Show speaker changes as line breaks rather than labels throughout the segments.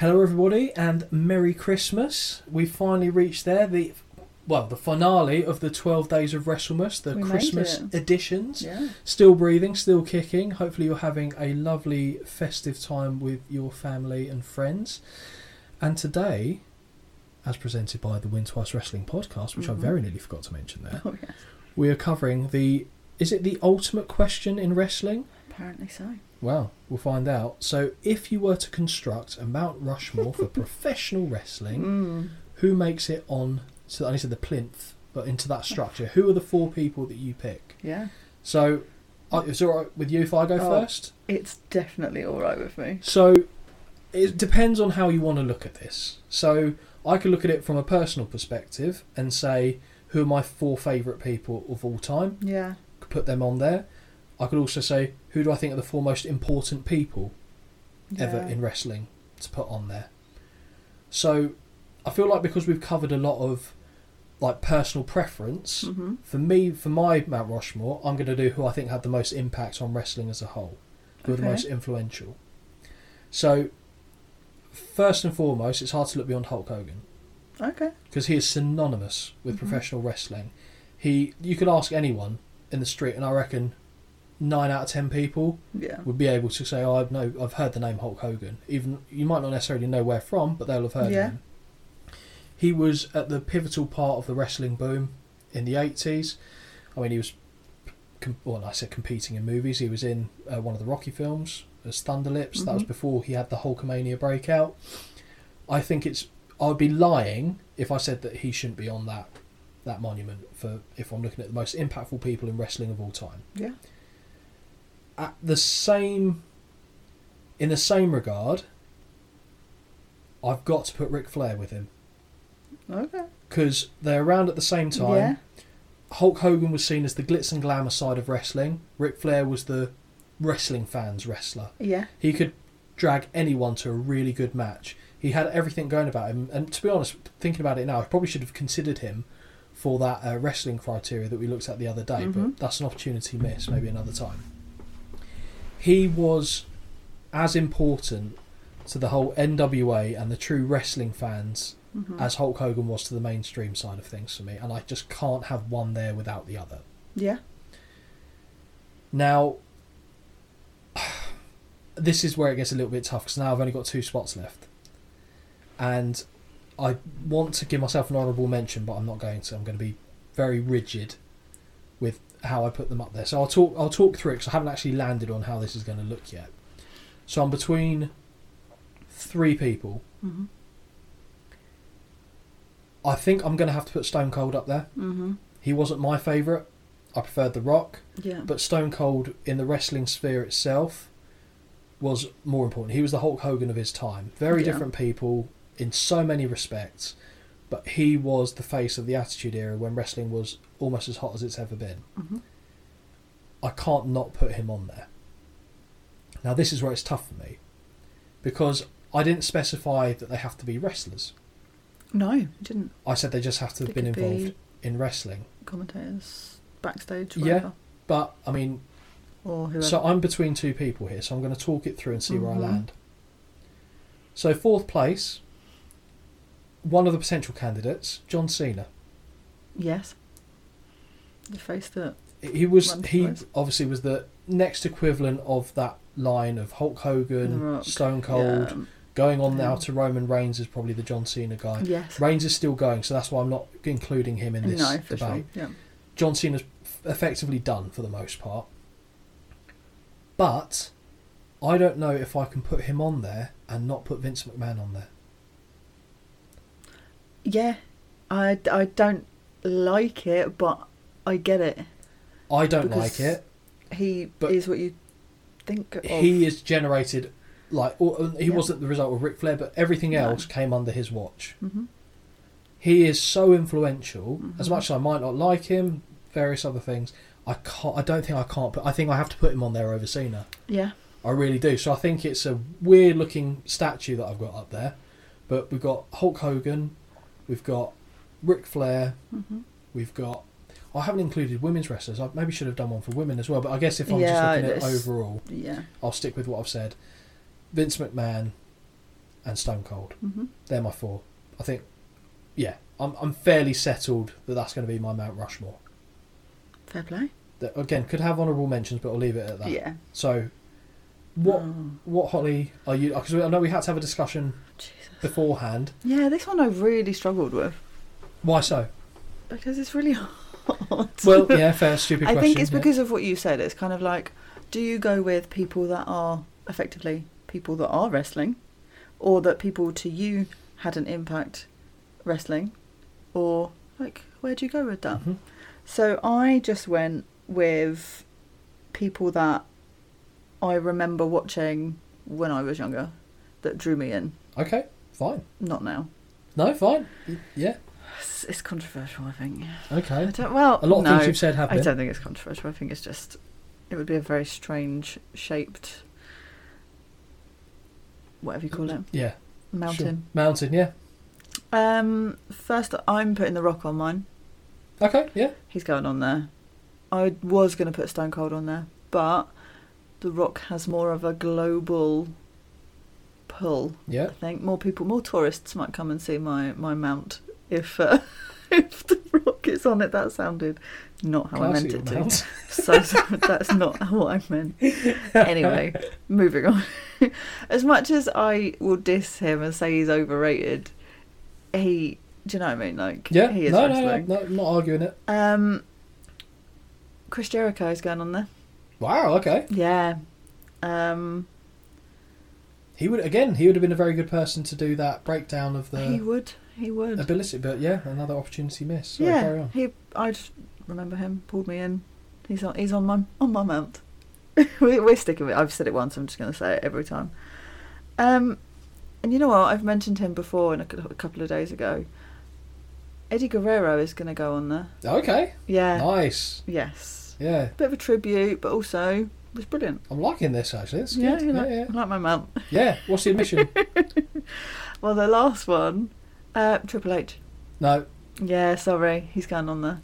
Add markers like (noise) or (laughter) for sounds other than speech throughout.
everybody, and Merry Christmas. We finally reached there. The well, the finale of the twelve days of Wrestlemas, the
We made
Christmas
it.
editions. (laughs)
Yeah.
Still breathing, still kicking. Hopefully, you're having a lovely festive time with your family and friends. And today, as presented by the Win Twice Wrestling podcast, which
Mhm.
I very nearly forgot to mention there,
Oh yes.
we are covering the is it the ultimate question in wrestling?
Apparently so.
Well, we'll find out. So, if you were to construct a Mount Rushmore for professional wrestling,
Mm.
who makes it on? So I only said the plinth, but into that structure. Who are the four people that you pick?
Yeah.
So, I- it's all right with you if I go
Oh.
first.
It's definitely all right with me.
So, it depends on how you want to look at this. So, I could look at it from a personal perspective and say, who are my four favourite people of all time?
Yeah.
Could put them on there. I could also say, who do I think are the four most important people? ever
yeah.
in wrestling to put on there. So I feel like because we've covered a lot of like personal preference,
Mhm.
for me, for my Mount Rushmore, I'm going to do who I think had the most impact on wrestling as a whole, who are the
Okay.
most influential. So first and foremost, it's hard to look beyond Hulk Hogan
Okay.
because he is synonymous with
Mhm.
professional wrestling. He, you could ask anyone in the street, and I reckon nine out of ten people
Yeah.
would be able to say, oh, "I know, I've heard the name Hulk Hogan." Even you might not necessarily know where from, but they'll have heard
Yeah.
him. He was at the pivotal part of the wrestling boom in the eighties. I mean, he was com- well. I said competing in movies. He was in uh, one of the Rocky films as Thunderlips. That was
Mhm.
before he had the Hulkamania breakout. I think it's. I'd be lying if I said that he shouldn't be on that that monument for if I'm looking at the most impactful people in wrestling of all time
Yeah.
at the same in the same regard i've got to put Ric flair with him
Okay.
because they're around at the same time
Yeah.
hulk hogan was seen as the glitz and glamour side of wrestling Ric flair was the wrestling fans wrestler
Yeah.
he could drag anyone to a really good match he had everything going about him and to be honest thinking about it now i probably should have considered him for that uh, wrestling criteria that we looked at the other day
Mhm.
but that's an opportunity missed maybe another time he was as important to the whole NWA and the true wrestling fans
Mhm.
as Hulk Hogan was to the mainstream side of things for me, and I just can't have one there without the other.
Yeah.
Now, (sighs) this is where it gets a little bit tough because now I've only got two spots left, and I want to give myself an honourable mention, but I'm not going to. I'm going to be very rigid with how I put them up there. So I'll talk. I'll talk through it because I haven't actually landed on how this is going to look yet. So I'm between three people.
Mhm.
I think I'm going to have to put Stone Cold up there.
Mhm.
He wasn't my favourite. I preferred The Rock.
Yeah.
But Stone Cold in the wrestling sphere itself was more important. He was the Hulk Hogan of his time. Very
Yeah.
different people in so many respects. But he was the face of the Attitude Era when wrestling was almost as hot as it's ever been.
Mhm.
I can't not put him on there. Now, this is where it's tough for me because I didn't specify that they have to be wrestlers.
No, you didn't.
I said they just have to have
They
been
could
involved in wrestling.
Commentators backstage,
Yeah.
whatever,
But, I mean,
or whoever.
So I'm between two people here, so I'm going to talk it through and see where I
Mhm.
land. So fourth place, one of the potential candidates, John Cena.
yes. The face that.
He was
One
he
place.
obviously was the next equivalent of that line of Hulk
The
Hogan,
Rock,
Stone Cold,
um,
going on now
Yeah.
to Roman Reigns is probably the John Cena guy.
mm, yes.
Reigns is still going, so that's why I'm not including him in this
no, for
debate.
sure. Yeah.
John Cena's effectively done for the most part. But I don't know if I can put him on there and not put Vince McMahon on there.
Yeah. I, I don't like it, but I get it.
I don't like
Because
it.
He
But-
is what you think of.
He is generated like or, he
Yeah.
wasn't the result of Ric Flair, but everything
No.
else came under his watch.
Mhm.
He is so influential. As
Mhm.
much as I might not like him, various other things, I can't. I don't think I can't. But I think I have to put him on there over Cena.
Yeah.
I really do. So I think it's a weird looking statue that I've got up there. But we've got Hulk Hogan, we've got Ric Flair,
Mhm.
we've got. I haven't included women's wrestlers. I maybe should have done one for women as well. But I guess if I'm
Yeah,
just looking at
it's-
overall,
Yeah.
I'll stick with what I've said. Vince McMahon, and Stone Cold.
hmm
They're my four. I think, yeah, I'm, I'm fairly settled that that's going to be my Mount Rushmore.
Fair play.
That again could have honourable mentions, but I'll leave it at that.
Yeah.
So, what
Oh,
what Holly are you? Because I know we had to have a discussion
Jesus.
beforehand.
Yeah, this one I really struggled with
Why so?
because it's really (laughs) hard. (laughs)
Well, yeah, fair, stupid
I
question.
think it's
yeah.
because of what you said. It's kind of like, do you go with people that are effectively people that are wrestling, or that people to you had an impact wrestling, or like where do you go with that?
Mhm.
So I just went with people that I remember watching when I was younger that drew me in.
Okay, fine.
Not now.
No, fine. Yeah,
It's, it's controversial, I think. I
okay.
don't, well,
A lot of
no.
things you've said have
I
been.
don't think it's controversial. I think it's just it would be a very strange shaped, whatever you call it,
Yeah,
mountain.
Sure. Mountain, yeah.
Um, first, I'm putting the Rock on mine.
Okay, yeah.
He's going on there. I was going to put Stone Cold on there, but the Rock has more of a global pull.
Yeah.
I think more people, more tourists might come and see my my mount if uh, (laughs) if the Rock is on it. That sounded not how I meant
Classy
it
(laughs)
to.
amount.
(laughs) So, so that's not what I
(laughs)
meant. Anyway, moving on. (laughs) As much as I will diss him and say he's overrated, he, do you know what I mean? Like,
Yeah.
he is
no, no, no,
wrestling.
no, I'm not arguing it.
Um, Chris Jericho is going on there.
Wow, okay.
Yeah. Um,
He would again. He would have been a very good person to do that breakdown of
he
the
would. He would.
ability. But yeah, another opportunity missed. Sorry,
yeah.
carry on.
He. I just remember him. Pulled me in. He's on. He's on my on my mount. (laughs) We- We're sticking with. it. I've said it once. I'm just going to say it every time. Um, and you know what? I've mentioned him before, in a, cou- a couple of days ago. Eddie Guerrero is going to go on there.
Okay,
Yeah.
nice.
Yes.
Yeah,
Bit of a tribute, but also it was brilliant.
I'm liking this actually. It's
yeah,
good.
you
Yeah,
like,
yeah.
I like my mount.
yeah. What's the admission?
(laughs) Well, the last one, uh, Triple H.
no,
Yeah, sorry, he's going on there.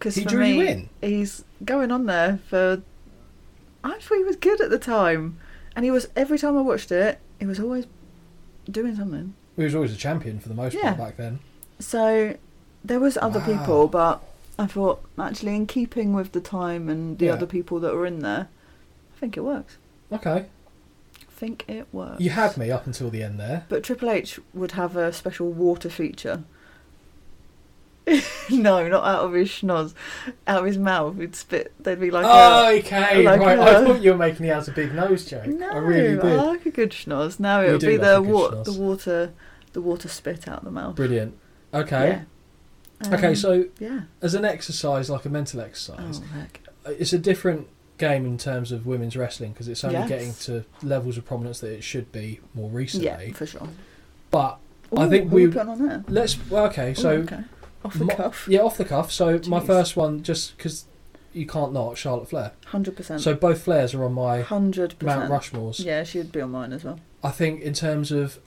Cause
he
for
drew
me,
you in.
He's going on there for. I thought he was good at the time, and he was every time I watched it, he was always doing something.
He was always a champion for the most
Yeah.
part back then.
So there was other
Wow.
people, but I thought actually in keeping with the time and the
Yeah.
other people that were in there, I think it works.
Okay,
I think it works.
you had me up until the end there.
But Triple H would have a special water feature. (laughs) no, not out of his schnoz, out of his mouth. He'd spit. They'd be like, a-
okay,
like
Oh, right.
a-
I thought you were making the as a big nose joke.
"No,
I really did.
like a good schnoz." Now
You
it would
do
be
like a
the
good
wa-
schnoz.
the water, the water spit out the mouth.
Brilliant. Okay.
Yeah.
Okay,
Um,
so
yeah.
as an exercise, like a mental
Oh,
exercise, uh,
heck.
it's a different game in terms of women's wrestling because it's only
Yes.
getting to levels of prominence that it should be more recently.
yeah, for sure.
But I
Ooh,
think
who we
we-
put on there.
let's well, okay, so
Ooh, okay. off the
my-
cuff,
yeah, off the cuff. So my
Jeez.
first one, just because you can't not Charlotte Flair.
hundred percent.
So both Flairs are on my
hundred
Mount
percent.
Rushmores.
Um, Yeah, she would be on mine as well.
I think in terms of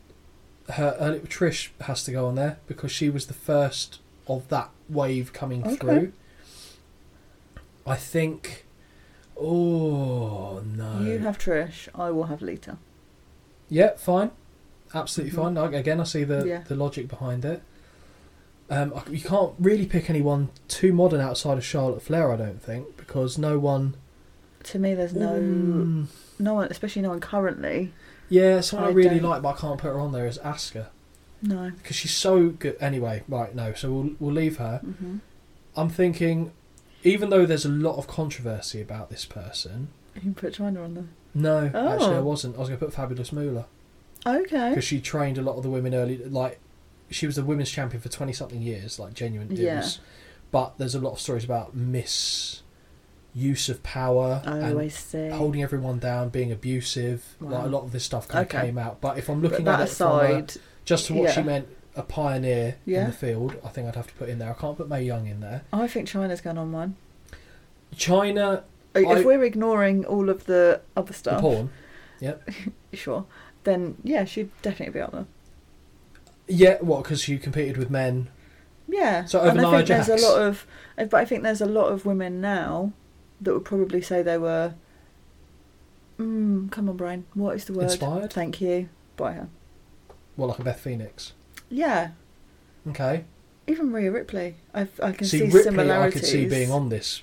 her, her Trish has to go on there because she was the first of that wave coming
Okay.
through. I think. Oh no!
You have Trish. I will have Lita.
Yeah, fine, absolutely
Mhm.
fine. Like, again, I see the
Yeah.
the logic behind it. Um, I- you can't really pick anyone too modern outside of Charlotte Flair, I don't think, because no one.
To me, there's no.
Mm,
No one, especially no one currently.
yeah, someone I,
I
really
don't-
like, but I can't put her on there is Asuka
No.
because she's so good. Anyway, right? No, so we'll we'll leave her.
Mm-hmm.
I'm thinking, even though there's a lot of controversy about this person,
You can put China on there.
no, actually, I
Oh.
wasn't. I was going to put Fabulous Moolah
Okay.
because she trained a lot of the women early. Like, she was the women's champion for 20 something years, like, genuine deals.
Yeah.
But there's a lot of stories about misuse of power
Oh, I
and
see.
holding everyone down, being abusive. Like,
Wow.
a lot of this stuff kind
Okay.
of came out. But if I'm
But
looking
that
at it from a-
aside,
just to what she
yeah.
meant, a pioneer in
Yeah.
the field, I think I'd have to put in there. I can't put May Young in there.
I think China's going on mine. Oh,
China,
If
I-
we're ignoring all of the other
the
stuff,
porn.
sure, then yeah, she'd definitely be on there.
Yeah, what? Because you competed with men.
Yeah.
So
and
over
I think
Nia
there's
Jax.
a lot of, eh, but I think there's a lot of women now that would probably say they were. Mm, come on, Brian. What is the word?
Inspired?
Thank you. By her.
Well, like a Beth Phoenix.
Yeah,
Okay.
even Rhea Ripley. I've, I can
see,
see,
Ripley, I
similarities.
could see being on this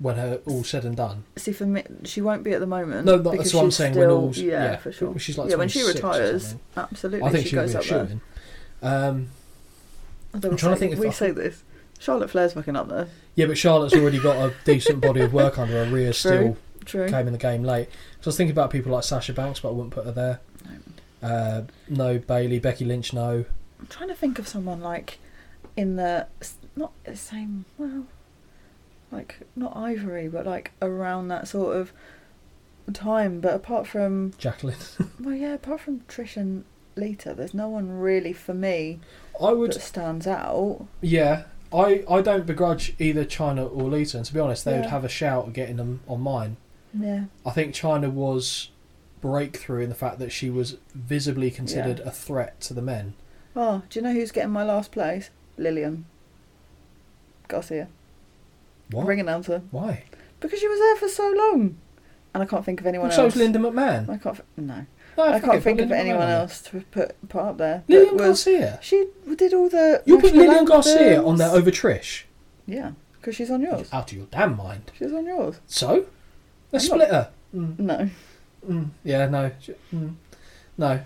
when her all said and done.
See, for me, she won't be at the moment.
No, no, that's
because
what I'm
she's
saying, when
Still,
all's-
yeah,
yeah,
for sure.
She's like
yeah, when she
26 or
retires,
something.
absolutely,
I think
she
she'll be
goes
a
up there.
shoo-in. Um,
Although
I'm
we
trying to
say-
think if
we
I-
say this. Charlotte Flair's fucking up there.
yeah, but Charlotte's already got a decent body of work under her. Rhea still
True. True.
came in the game late. So I was thinking about people like Sasha Banks, but I wouldn't put her there. Uh, no, Bailey, Becky Lynch, no. (laughs)
I'm trying to think of someone like in the s- not the same well, like not ivory, but like around that sort of time. But apart from
Jacqueline.
(laughs) well, yeah, apart from Trish and Lita, there's no one really for me
I would
that stands out.
Yeah, I, I don't begrudge either China or Lita, and to be honest, they would
Yeah.
have a shout at getting them on mine.
Yeah,
I think China was breakthrough in the fact that she was visibly considered a threat to the men.
Oh, do you know who's getting my last place? Lillian. Garcia.
What?
Ring announcer.
Why?
Because she was there for so long. And I can't think of anyone
Well, so
else.
is Linda McMahon.
I can't. F- no.
No, fuck it,
I can't
put
think of
Linda McMahon
anyone
on.
else to put, put up there. that
Lillian
was-
Garcia.
She did all the.
You put
national
Lillian Garcia on
anthems.
there over Trish.
Yeah, because she's on yours.
Out of your damn mind.
She's on yours.
So? Let's
I'm
split her. Mm,
No.
mm, yeah, no. sh- Mm, no.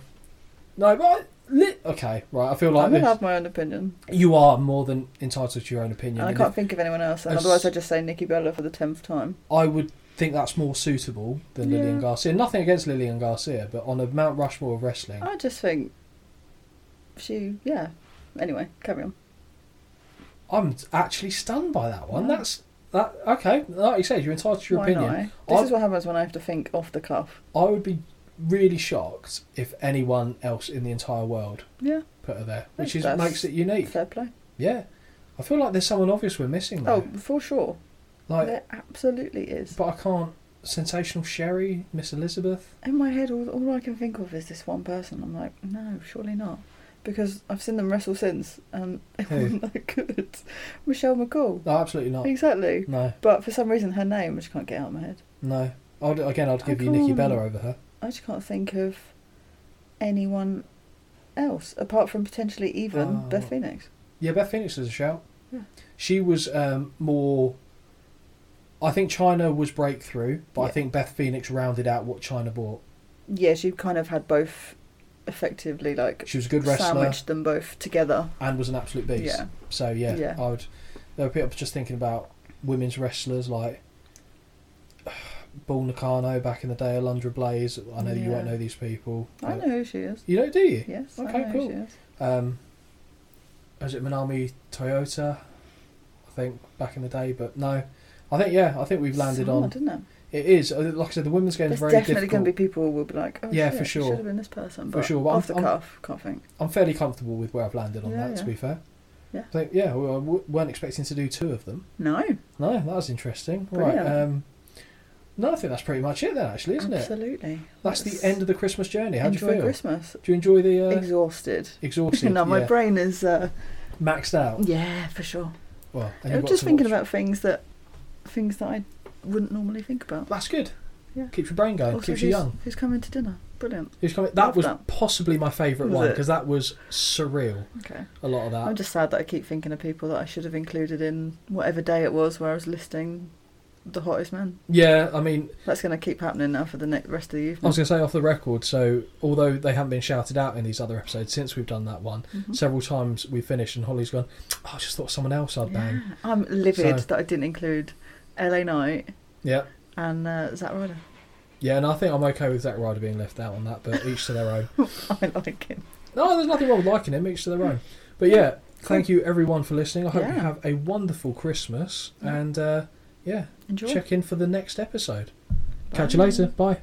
No, but. I- Li- okay, right. I feel like
I'm going
this.
to have my own opinion.
You are more than entitled to your own opinion.
and I
and
can't think of anyone else. And
As-
otherwise, I just say Nikki Bella for the 10th time.
if- I would think that's more suitable than Lillian
Yeah.
Garcia. Nothing against Lillian Garcia, but on a Mount Rushmore of wrestling,
I just think. She. Yeah. Anyway, carry on.
I'm actually stunned by that one.
Yeah.
That's that. Okay, like you said, you're entitled to your
Why
opinion.
not? eh? This
I-
is what happens when I have to think off the cuff.
I would be really shocked if anyone else in the entire world
Yeah,
put her there, which is
That's-
makes it unique.
fair play.
Yeah, I feel like there's someone obvious we're missing. Though.
Oh, for sure.
like,
there absolutely is.
but I can't. Sensational Sherry, Miss Elizabeth.
In my head, all, all I can think of is this one person. I'm like, no, surely not. Because I've seen them wrestle since and (laughs) it
Who?
wasn't that good. Michelle McCool.
No, absolutely not.
Exactly.
No,
But for some reason, her name, I just can't get out of my head.
no. I'd, again, I'd give
I
you Nikki
can't.
Bella over her.
I just can't think of anyone else apart from potentially even
Oh.
Beth Phoenix.
Yeah, Beth Phoenix is a shout.
Yeah.
She was um, more. I think China was breakthrough, but I
Yeah.
think Beth Phoenix rounded out what China bought.
Yeah, she kind of had both effectively like
She was a good wrestler
sandwiched them both together.
and was an absolute beast.
Yeah.
So yeah,
Yeah.
I would. There were people just thinking about women's wrestlers like (sighs) Bull Nakano back in the day, Alundra Blaze. I know that you won't
Yeah.
know these people.
I
but-
know who she is.
You don't, do you?
Yes.
Okay,
I know
cool.
Who she is.
Um, was it Minami Toyota? I think back in the day, but no. I think yeah, I think we've landed
Someone,
on
Didn't it?
It is. Uh, Like I said, the women's game is
There's
very
definitely
difficult.
going to be people who will be like, oh,
Yeah,
shit,
for
it
sure.
Should have been this person.
For
But
sure, but
Off the
I'm-
cuff, can't think.
I'm fairly comfortable with where I've landed on
Yeah,
that. To
yeah.
be fair.
Yeah.
I think yeah, we I w- weren't expecting to do two of them.
No,
No, that was interesting.
Brilliant.
Right. Um, no, I think that's pretty much it then. Actually, isn't it?
absolutely.
That's the end of the Christmas journey. How do you
Enjoy
feel?
Christmas.
do you enjoy the uh,
Exhausted. (laughs)
exhausted?
no, my
yeah,
brain is. Uh,
maxed out.
yeah, for sure.
Well, and you've
I'm
got
just
to
thinking
watch.
about things that, things that I wouldn't normally think about.
That's good.
Yeah.
Keeps your brain going.
Also,
Uh, keeps
who's,
you young.
who's coming to dinner? Brilliant.
Who's coming? That
Love
was
that.
possibly my favourite
Was
one
it?
because that was surreal.
Okay.
A lot of that.
I'm just sad that I keep thinking of people that I should have included in whatever day it was where I was listing the hottest men.
yeah, I mean,
That's going to keep happening now for the ne- rest of the evening.
I was going to say off the record, so although they haven't been shouted out in these other episodes since we've done that one,
Mhm.
several times we finished and Holly's gone, oh, I just thought someone else I'd bang.
Yeah. I'm livid
So-
that I didn't include LA Knight
Yeah.
and uh, Zack Ryder. (laughs)
Yeah, and I think I'm okay with Zack Ryder being left out on that, but each to their own. (laughs)
I like him.
No, there's nothing wrong with liking him, each to their own. But yeah, thank you everyone for listening. I hope you
Yeah.
have a wonderful Christmas
Yeah.
and uh, yeah,
Enjoy.
check in for the next episode. Catch you later. Bye.